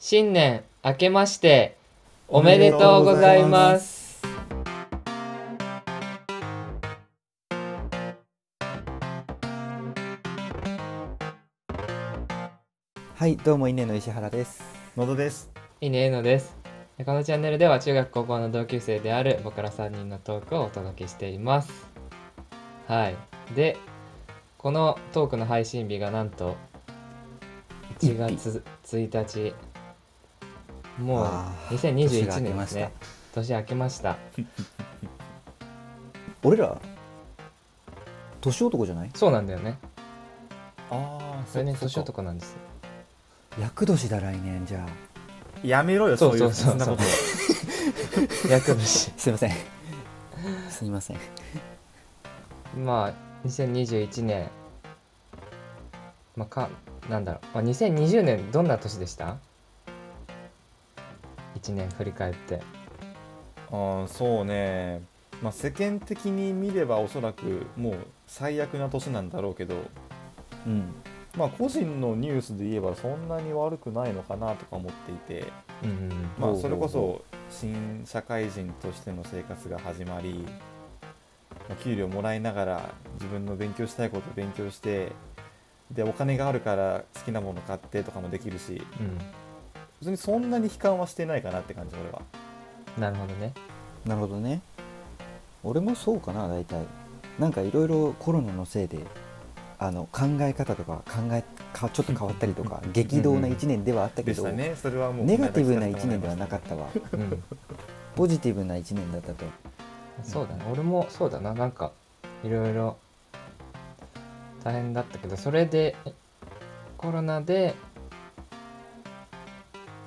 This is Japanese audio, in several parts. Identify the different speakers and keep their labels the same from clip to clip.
Speaker 1: 新年明けましておめでとうございます。
Speaker 2: はい、どうも稲の石原です。
Speaker 3: のどです。
Speaker 1: いいねえのです。このチャンネルでは中学高校の同級生である僕ら3人のトークをお届けしています。はい。で、このトークの配信日がなんと1月1日。もう
Speaker 2: あー
Speaker 1: 2021
Speaker 2: 年が明け
Speaker 1: 年で
Speaker 2: ますし
Speaker 1: ね
Speaker 2: た。
Speaker 1: 年明けました。
Speaker 2: 俺ら年男じゃない？
Speaker 1: そうなんだよね。
Speaker 3: ああ、
Speaker 1: それね、年男なんですよ。
Speaker 2: 厄年だ来年じゃあ。
Speaker 3: やめろよ、
Speaker 1: そ
Speaker 3: そうういう
Speaker 1: そうそ
Speaker 3: ふ
Speaker 1: う
Speaker 3: なことは。
Speaker 1: 役年。
Speaker 2: すいません。すいません。
Speaker 1: まあ2021年まあかなんだろう、まあ、2020年どんな年でした1年振り返って
Speaker 3: ああ、そうね。まあ、世間的に見れば、おそらくもう最悪な年なんだろうけど。
Speaker 2: うん。
Speaker 3: まあ、個人のニュースで言えば、そんなに悪くないのかなとか思っていて。
Speaker 1: うんうんうん
Speaker 2: ほ
Speaker 3: ま
Speaker 2: うほう
Speaker 3: あ、
Speaker 2: ほう
Speaker 3: それこそ新社会人としての生活が始まり。まあ給料もらいながら、自分の勉強したいこと勉強して。で、お金があるから、好きなもの買ってとかもできるし。別にそんなに悲観はしてないかなって感じ、俺は。
Speaker 1: うんなるほどね
Speaker 2: なるほどね。俺もそうかな大体。なんかいろいろコロナのせいで。あの考え方とか考えかちょっと変わったりとか激動な1年ではあったけ
Speaker 3: でし
Speaker 2: ど
Speaker 3: たねそれはもう
Speaker 2: ネガティブな1年ではなかったわ
Speaker 1: うん
Speaker 2: ポジティブな1年だったと
Speaker 1: そうだね俺もそうだななんかいろいろ大変だったけどそれでコロナで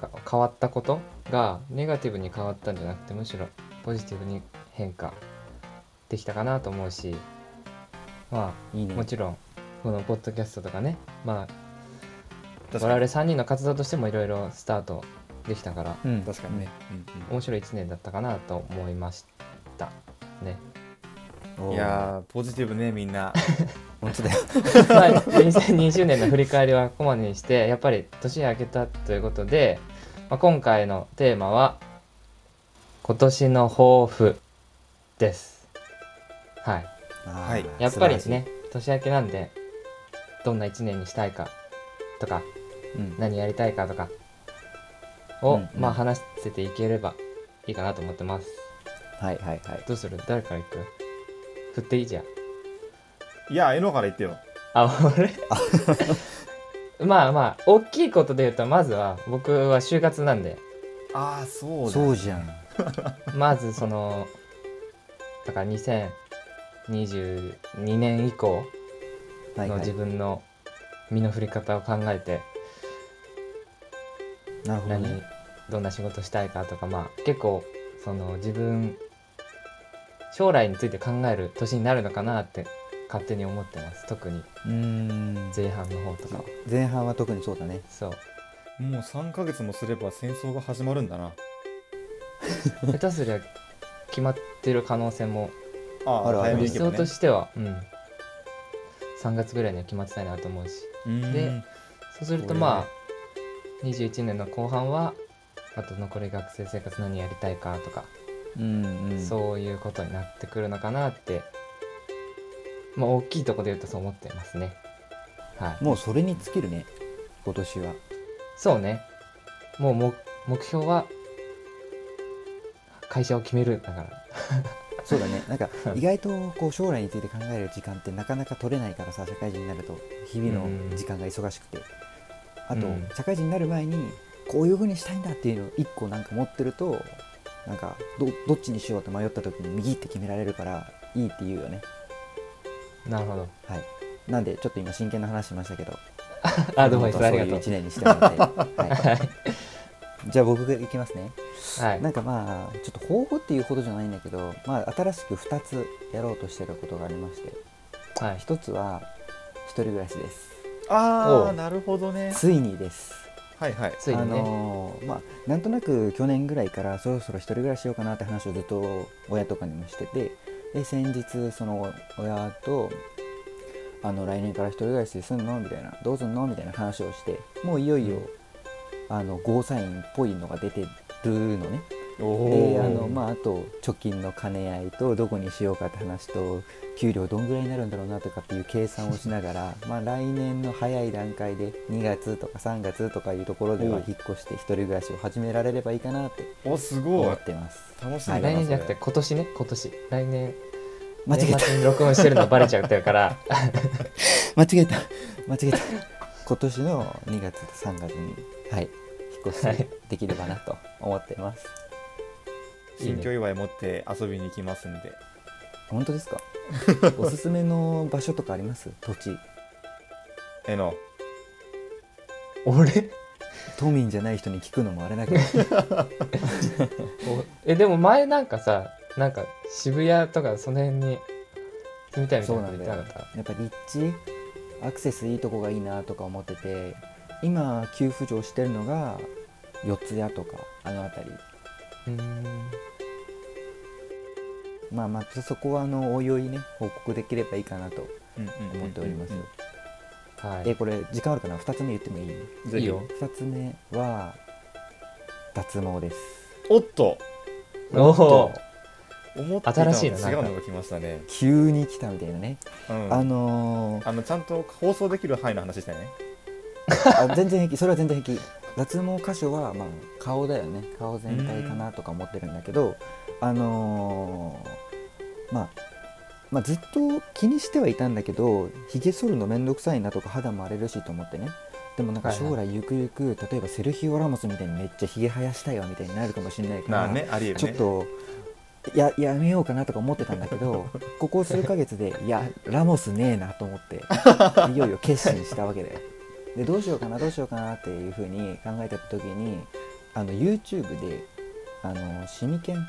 Speaker 1: か変わったことがネガティブに変わったんじゃなくてむしろポジティブに変化できたかなと思うしま
Speaker 2: いい
Speaker 1: あ
Speaker 2: ね
Speaker 1: もちろんこのポッドキャストとかねまあ
Speaker 3: 確
Speaker 1: 我
Speaker 3: か
Speaker 1: 々
Speaker 3: に
Speaker 1: 3人の活動としてもいろいろスタートできたから
Speaker 2: うん
Speaker 3: 確かにね、
Speaker 1: 面白い1年だったかなと思いましたね。
Speaker 2: おー
Speaker 3: いやーポジティブねみんな
Speaker 2: 本当だよ
Speaker 1: まあ、2020年の振り返りはここまでにしてやっぱり年明けたということで、まあ、今回のテーマは「今年の抱負」です。はい、
Speaker 2: はい
Speaker 1: やっぱり
Speaker 2: 素晴ら
Speaker 1: ね年明けなんでどんな1年にしたいかとか
Speaker 2: しいうん
Speaker 1: 何やりたいかとかを、
Speaker 2: うんうん
Speaker 1: まあ、話せていければいいかなと思ってます。
Speaker 2: はいはいはい
Speaker 1: どうする誰から行く振っていいじゃん。
Speaker 3: いやー江野から言ってよ
Speaker 1: あ俺 まあまあ大きいことで言うとまずは僕は就活なんで
Speaker 3: ああそうだ
Speaker 2: そうじゃん
Speaker 1: まずそのだから2022年以降
Speaker 2: はい
Speaker 1: の
Speaker 2: はい
Speaker 1: 自分の身の振り方を考えて
Speaker 2: なるほど
Speaker 1: 何
Speaker 2: ね
Speaker 1: どんな仕事したいかとかまあ結構その自分将来について考える年になるのかなって勝手に思ってます特に
Speaker 2: うーん
Speaker 1: 前半の方とかは
Speaker 2: 前半は特にそうだね
Speaker 1: そう
Speaker 3: もう3ヶ月もすれば戦争が始まるんだな
Speaker 1: 下手すりゃ決まってる可能性も
Speaker 3: あー
Speaker 2: あるある
Speaker 3: 早め
Speaker 1: 理
Speaker 3: に行
Speaker 1: 想
Speaker 3: け
Speaker 1: と
Speaker 3: ばね
Speaker 1: しては、うん、3月ぐらいには決まってたいなと思うし
Speaker 3: うーん
Speaker 1: でそうするとまあ21年の後半はあと残り学生生活何やりたいかとか、
Speaker 2: うんうん
Speaker 1: そういうことになってくるのかなってまあ大きいとこで言うとそう思ってますねはい
Speaker 2: もうそれに尽きるね今年は
Speaker 1: そうねもうも目標は会社を決めるだから
Speaker 2: そうだねなんか意外とこう将来について考える時間ってなかなか取れないからさ社会人になると日々
Speaker 1: うん
Speaker 2: の時間が忙しくてあと
Speaker 1: うん
Speaker 2: 社会人になる前にこういうふうにしたいんだっていうのを一個なんか持ってるとなんかどどっちにしようと迷った時に右って決められるからいいって言うよね
Speaker 1: なるほ ど
Speaker 2: はいなんでちょっと今真剣な話しましたけど
Speaker 1: アドバイス
Speaker 2: 本
Speaker 1: あ
Speaker 2: 当
Speaker 1: りが
Speaker 2: はそういう
Speaker 1: と
Speaker 2: 一年にしてもらって、はい、じゃあ僕がいきますね
Speaker 1: うはい
Speaker 2: なんかまあちょっと抱負っていうほどじゃないんだけど、まあ、新しく2つやろうとしてることがありまして
Speaker 1: はい
Speaker 2: 1つは一人暮らしです
Speaker 3: あ
Speaker 1: おう
Speaker 3: あなるほどね
Speaker 2: ついにです
Speaker 3: はいはい
Speaker 1: つい
Speaker 2: あ
Speaker 1: にね、
Speaker 2: のーまあなんとなく去年ぐらいからそろそろ一人暮らししようかなって話をずっと親とかにもしててで先日その親とあの来年から一人暮らしすんのみたいなどうすんのみたいな話をしてもういよいよあのゴーサインっぽいのが出てるのね
Speaker 3: お
Speaker 2: で
Speaker 3: お
Speaker 2: あの、まあ、あと貯金の兼ね合いとどこにしようかって話と給料どんぐらいになるんだろうなとかっていう計算をしなが らまあ来年の早い段階で2月とか3月とかいうところで
Speaker 3: お
Speaker 2: は
Speaker 3: う
Speaker 2: 引っ越して一人暮らしを始められればいいかなって
Speaker 3: おすご
Speaker 2: 思
Speaker 3: い
Speaker 2: ってます
Speaker 3: 楽しみ
Speaker 2: は
Speaker 3: だ
Speaker 2: い
Speaker 3: な
Speaker 1: 来年じゃなく
Speaker 3: そ
Speaker 1: て
Speaker 3: れ
Speaker 1: 今年ね今年来年
Speaker 2: 間違え
Speaker 1: 年末に録音してるのバレちゃってるから
Speaker 2: た間違えた 間違えた今年の2月と3月にはい引っ越しできればなと思ってます
Speaker 1: いいね
Speaker 3: 新居祝い持って遊びに行きますんで
Speaker 2: 本当です かおすすめの場所とかあります土地
Speaker 3: えの
Speaker 1: 俺
Speaker 2: 都民じゃない人に聞くのもあれだけど
Speaker 1: おえでも前なんかさなんか渋谷とかその辺に住みたいみたい
Speaker 2: そ
Speaker 1: な
Speaker 2: うな
Speaker 1: こと
Speaker 2: ん
Speaker 1: 言っ
Speaker 2: だ
Speaker 1: て
Speaker 2: よ
Speaker 1: なかった
Speaker 2: やっぱ立地アクセスいいとこがいいなとか思ってて今急浮上してるのが四ツ谷とかあの辺り
Speaker 1: うーん
Speaker 2: まあまあそこはあのおいおいね報告できればいいかなと思
Speaker 3: 思
Speaker 2: っております
Speaker 1: はい
Speaker 2: でこれ時間あるかな2つ目言ってもいい
Speaker 1: いいよ
Speaker 2: 2つ目は脱毛です
Speaker 3: おっと
Speaker 1: おお
Speaker 3: 思ってたの
Speaker 1: 新
Speaker 3: と
Speaker 1: し
Speaker 3: 違
Speaker 1: いななんか
Speaker 3: うのが来ましたね
Speaker 2: 急に来たみたいなね、
Speaker 3: うん
Speaker 2: あのー
Speaker 3: あのちゃんと放送できる範囲の話してね
Speaker 2: あ全然平気それは全然平気脱毛箇所は、まあ、顔だよね顔全体かなとか思ってるんだけど、あのーまあまあ、ずっと気にしてはいたんだけどひげ剃るの面倒くさいなとか肌も荒れるしと思ってねでもなんか
Speaker 1: はいはい
Speaker 2: 将来ゆくゆく、例えばセルヒオ・ラモスみたいにめっちゃひげ生やしたいわみたいになるかもしれないから、
Speaker 3: まあねありえるね
Speaker 2: ちょっとややめようかなとか思ってたんだけどここ数ヶ月でいやラモスねえなと思 っていよいよ決心したわけだよでどうしようかなどうしようかなっていうふうに考えてた時にあの YouTube であのシミケン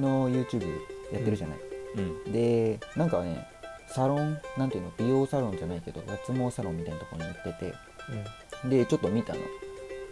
Speaker 2: の YouTube やってるじゃない、
Speaker 3: うん
Speaker 2: でなんかねサロンなんていうの美容サロンじゃないけど脱毛サロンみたいなところに行っててでちょっと見たの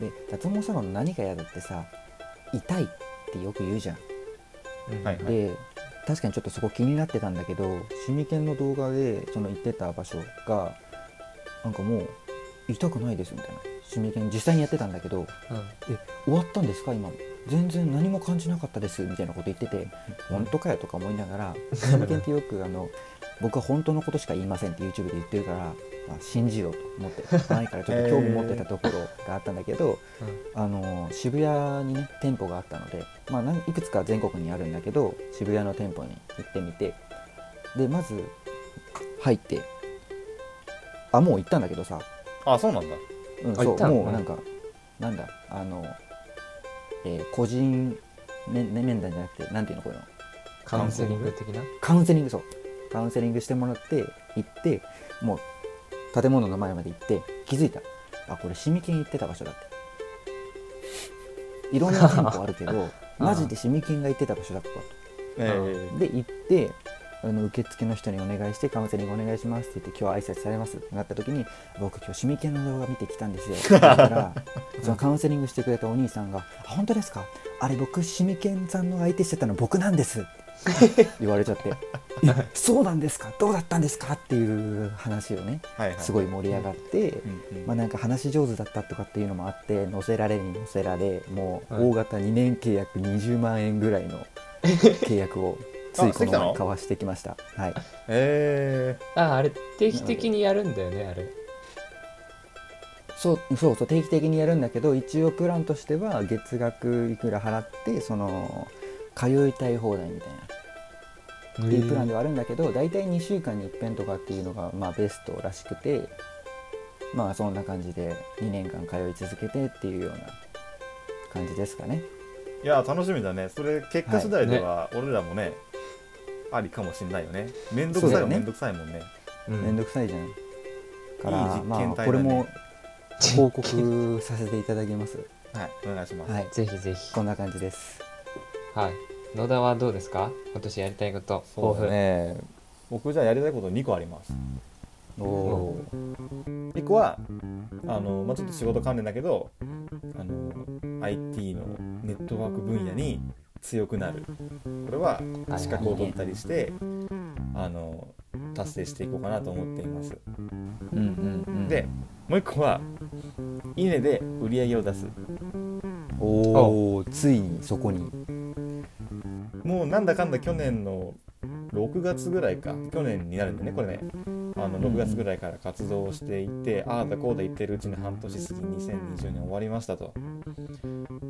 Speaker 2: で脱毛サロンの何が嫌だってさ痛いってよく言うじゃん
Speaker 1: うんうん
Speaker 3: はいはい
Speaker 2: で確かにちょっとそこ気になってたんだけどシミケンの動画でその行ってた場所がなんかもう痛くないですみたいなシミケン実際にやってたんだけど
Speaker 1: う
Speaker 2: え終わったんですか今も全然何も感じなかったですみたいなこと言ってて本当かよとか思いながらシミケンってよくあの僕は本当のことしか言いませんって YouTube で言ってるから、まあ、信じようと思って前からちょっと興味持ってたところがあったんだけど、あの渋谷にね店舗があったので、まあ、なんいくつか全国にあるんだけど渋谷の店舗に行ってみてでまず入ってあもう行ったんだけどさ、
Speaker 3: あそうなんだ
Speaker 2: うん、
Speaker 1: あ
Speaker 2: そ
Speaker 1: 行った
Speaker 2: う
Speaker 1: の
Speaker 2: もうなんかなんだあの、えー個人面ね面談じゃなくてなんていうのこういうの
Speaker 1: カウンセリング的な
Speaker 2: カウンセリングそうカウンセリングしてもらって行ってもう建物の前まで行って気づいたあこれシミケン行ってた場所だっていろんな店舗あ るけどマジでシミケンが行ってた場所だったと
Speaker 3: え
Speaker 2: で行ってあの受付の人にお願いしてカウンセリングお願いしますって言って今日挨拶されますってなった時に僕今日シミケンの動画見てきたんですよ って言ったらそのカウンセリングしてくれたお兄さんが「あ本当ですかあれ僕シミケンさんの相手してたの僕なんです」って言われ ちゃって「えそうなんですかどうだったんですか?」っていう話をね
Speaker 3: はいはい
Speaker 2: すごい盛り上がって。
Speaker 3: うんうん
Speaker 2: まあ、なんか話し上手だったとかっていうのもあって乗せられに乗せられも
Speaker 1: はいう
Speaker 2: 大型2年契約20万円ぐらいの契約をつい
Speaker 3: あし
Speaker 2: こ
Speaker 3: て
Speaker 2: の
Speaker 3: きたの
Speaker 2: 前交わしてきましたはい
Speaker 3: え
Speaker 1: ああれ定期的にやるんだよねあれ
Speaker 2: そうそうそう定期的にやるんだけど一応プランとしては月額いくら払ってその通いたい放題みたいなっていうプランではあるんだけど大体2週間に一遍とかっていうのがまあベストらしくてまあそんな感じで2年間通い続けてっていうような感じですかね
Speaker 3: ーいや楽しみだねそれ結果次第では俺らもねありかもしんないよねめんどくさ
Speaker 2: そ
Speaker 3: いは
Speaker 2: うだ
Speaker 3: め
Speaker 2: よね
Speaker 3: んどくさいもんね
Speaker 1: う
Speaker 2: 面
Speaker 1: ん
Speaker 2: 倒くさいじゃんから
Speaker 3: いい実験
Speaker 2: まあ
Speaker 3: 体だね
Speaker 2: これも報告させていただきます
Speaker 3: はいお願いします
Speaker 2: はい
Speaker 1: ぜひぜひ
Speaker 2: こんな感じです
Speaker 1: はい野田はどうですか今年やりたいこと
Speaker 3: そ
Speaker 1: 抱
Speaker 3: うだ
Speaker 1: 負
Speaker 3: ね僕じゃあやりたいこと2個あります
Speaker 2: おお
Speaker 3: 1個はあの、まあ、ちょっと仕事関連だけどあの IT のネットワーク分野に強くなるこれは資格を取ったりして、あの達成していこうかなと思っています。
Speaker 2: うんうんうん
Speaker 3: でもう一個は「いいね」で売り上げを出す
Speaker 2: おおついにそこに
Speaker 3: もうなんだかんだ去年の6月ぐらいか去年になるんでねこれねあの
Speaker 2: んうん
Speaker 3: 6月ぐらいから活動をしていて、ああだこうだ言ってるうちに半年過ぎ2020年終わりましたと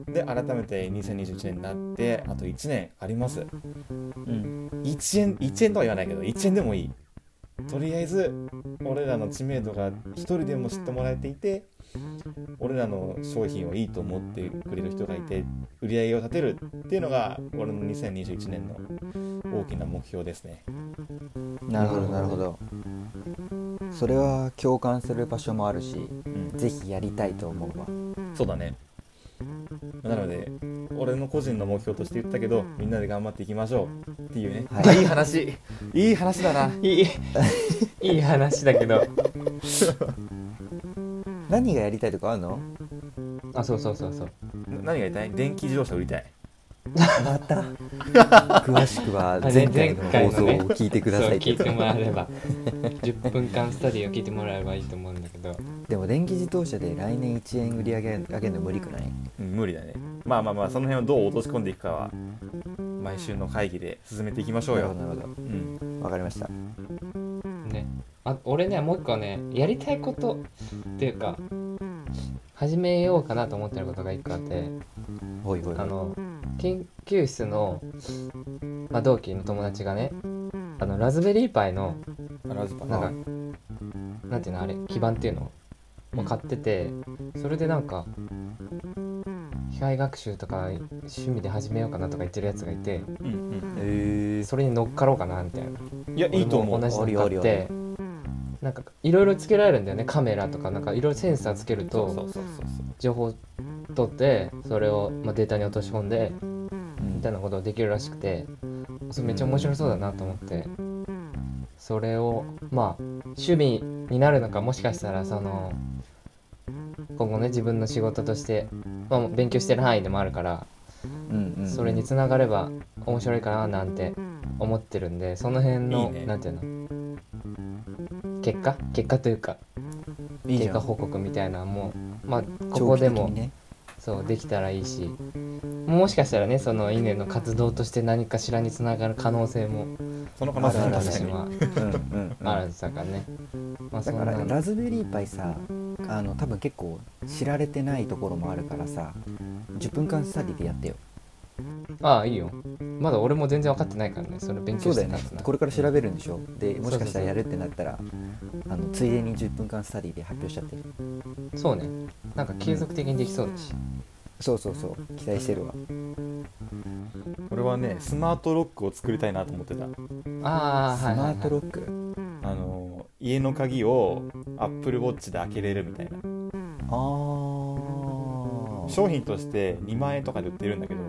Speaker 3: で改めて2021年になってあと1年あります
Speaker 2: うん
Speaker 3: 1円1円とは言わないけど1円でもいいとりあえず俺らの知名度が一人でも知ってもらえていて俺らの商品をいいと思ってくれる人がいて売り上げを立てるっていうのが俺の2021年の大きな目標ですね
Speaker 2: なるほどなるほどそれは共感する場所もあるし
Speaker 3: うん
Speaker 2: ぜひやりたいと思うわ
Speaker 3: そうだねなので俺の個人の目標として言ったけどみんなで頑張っていきましょうっていうね、
Speaker 2: はい
Speaker 3: いい話いい話だない
Speaker 1: いいい話だけど
Speaker 2: 何がやりたいとかあるの
Speaker 1: あそうそうそうそう
Speaker 3: 何が言いたい電気自動車売りたい
Speaker 2: また詳しくは
Speaker 1: あ
Speaker 2: 前
Speaker 1: 前
Speaker 2: 回の
Speaker 1: 回
Speaker 2: 放
Speaker 1: の
Speaker 2: 送を
Speaker 1: ね
Speaker 2: 聞いてくだ
Speaker 1: そう
Speaker 2: さい
Speaker 1: 聞
Speaker 2: け
Speaker 1: い
Speaker 2: ど
Speaker 1: てもらえれば10分間スタディを聞いてもらえればいいと思うんだけど
Speaker 2: でも電気自動車で来年1円売り上げ上げるの無理くない
Speaker 3: うん無理だねまあまあまあその辺をどう落とし込んでいくかは毎週の会議で進めていきましょう
Speaker 2: なるほ
Speaker 3: よ
Speaker 2: ど、なるほ
Speaker 3: うん、
Speaker 2: どわかりました
Speaker 1: ねあ俺ねもう一個ねやりたいことっていうか始めようかなと思ってることが一個あって
Speaker 2: ほいほいほ
Speaker 1: あ
Speaker 2: い
Speaker 1: の研究室の、まあ、同期の友達がねあのラズベリーパイの
Speaker 3: ラズパ
Speaker 1: なん
Speaker 3: ン
Speaker 1: かなんていうのあれ基板っていうのを買っててそれでなんか機械学習とか趣味で始めようかなとか言ってるやつがいて
Speaker 3: うんうん
Speaker 2: え
Speaker 1: それに乗っかろうかなみたいない
Speaker 3: やいいと思う
Speaker 1: 俺も同じ
Speaker 2: あ
Speaker 1: の
Speaker 2: り
Speaker 1: 買
Speaker 2: あ
Speaker 1: っ
Speaker 2: りあ
Speaker 1: てなんかいろいろつけられるんだよねカメラとかなんかいろいろセンサーつける
Speaker 3: そうそ
Speaker 1: と
Speaker 3: うそうそう
Speaker 1: 情報取ってそれをまあデータに落とし込んでみたいなことができるらしくてそれめっちゃ面白そうだなと思ってそれをまあ趣味になるのかもしかしたらその今後ね自分の仕事として、まあ、勉強してる範囲でもあるから
Speaker 2: うんうん
Speaker 1: それにつながれば面白いかななんて思ってるんでその辺の
Speaker 3: いいね
Speaker 1: なんていうの結果結果というか
Speaker 2: いいじ
Speaker 1: 結
Speaker 2: ゃん
Speaker 1: 果報告みたいなのもまあこ
Speaker 2: 長
Speaker 1: こ
Speaker 2: 期
Speaker 1: で
Speaker 2: 的
Speaker 1: も、
Speaker 2: にね
Speaker 1: そうできたらいいしもしかしたらねその稲の活動として何かしらにつながる可能性も
Speaker 3: その可能
Speaker 1: ま
Speaker 3: 性
Speaker 1: だ
Speaker 3: も
Speaker 2: ある
Speaker 1: 私
Speaker 3: 確かに
Speaker 1: は
Speaker 2: うんうんうん
Speaker 1: あるさからね、まあ、
Speaker 2: だ
Speaker 1: そん
Speaker 2: か
Speaker 1: な
Speaker 2: らラズベリーパイさあの多分結構知られてないところもあるからさ10分間スタディでやってよ
Speaker 1: ああいいよまだ俺も全然分かってないからねそれ勉
Speaker 2: そ
Speaker 1: 強
Speaker 2: う
Speaker 1: し
Speaker 2: だ
Speaker 1: てな
Speaker 2: よね
Speaker 1: いから
Speaker 2: これから調べるんでしょでもしかし
Speaker 1: そうそうそ
Speaker 2: たら
Speaker 1: う
Speaker 2: やるってなったらあのついでに10分間スタディで発表しちゃって
Speaker 1: そうねなんか継続的にできそうだし、
Speaker 2: そうそうそう期待してるわ
Speaker 3: 俺はねスマートロックを作りたいなと思ってた
Speaker 1: あ
Speaker 2: ス
Speaker 1: あはいはい、
Speaker 2: マ
Speaker 1: はい、
Speaker 2: ートロック
Speaker 3: あの家の鍵を AppleWatch で開けれるみたいな
Speaker 2: あー
Speaker 3: 商品として2万円とかで売ってるんだけど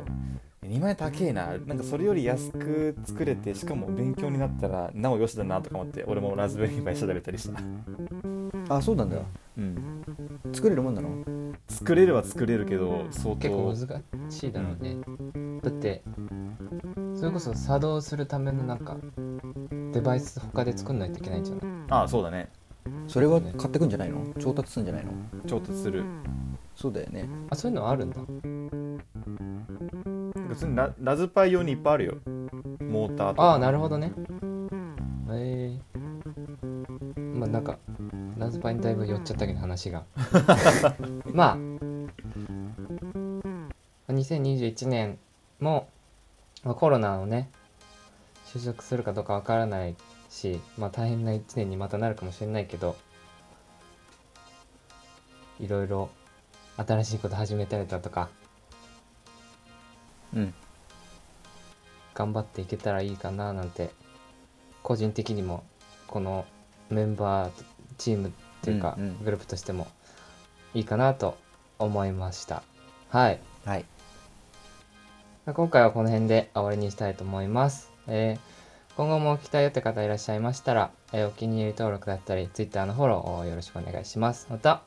Speaker 3: 2万円高えななんかそれより安く作れてしかも勉強になったらなおよしだなとか思って俺もラズベリーパイ調べたりした、
Speaker 2: あそうなんだ
Speaker 3: うん、
Speaker 2: 作れるもんなの
Speaker 3: 作れるは作れるけど相当
Speaker 1: 結構難しいだろうね、だってそれこそ作動するためのなんかデバイス他で作んないといけないんじゃない
Speaker 3: ああそうだね
Speaker 2: それは買ってくんじゃないの調達するんじゃないの
Speaker 3: 調達する
Speaker 2: そうだよね
Speaker 1: あそういうのはあるんだ
Speaker 3: 別にララズパイ用にいっぱいあるよモーターと
Speaker 1: あ
Speaker 3: か
Speaker 1: あなるほどねええまあなんかラズパイにだいぶ寄っちゃったけど話がまあ2021年も、まあ、コロナをね就職するかどうかわからないし、まあ、大変な1年にまたなるかもしれないけどいろいろ新しいこと始めたりだとか
Speaker 2: うん
Speaker 1: 頑張っていけたらいいかななんて個人的にもこのメンバーチームっていうか
Speaker 2: うんうん
Speaker 1: グループとしてもいいかなと思いましたはい
Speaker 2: はい
Speaker 1: 今回はこの辺で終わりにしたいと思います、えー今後も聞きたいよって方いらっしゃいましたら、えーお気に入り登録だったり Twitter のフォローをよろしくお願いしますまた、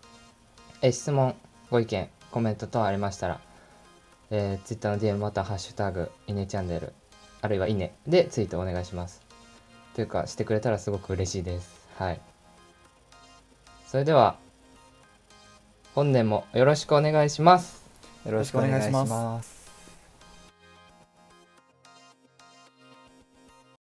Speaker 1: えー質問ご意見コメント等ありましたら、えー、Twitter の DM またはハッシュタグいねチャンネルあるいはいねでツイートお願いします。というかしてくれたらすごく嬉しいですはいそれでは本年もよろしくお願いします
Speaker 2: よろしくお願いします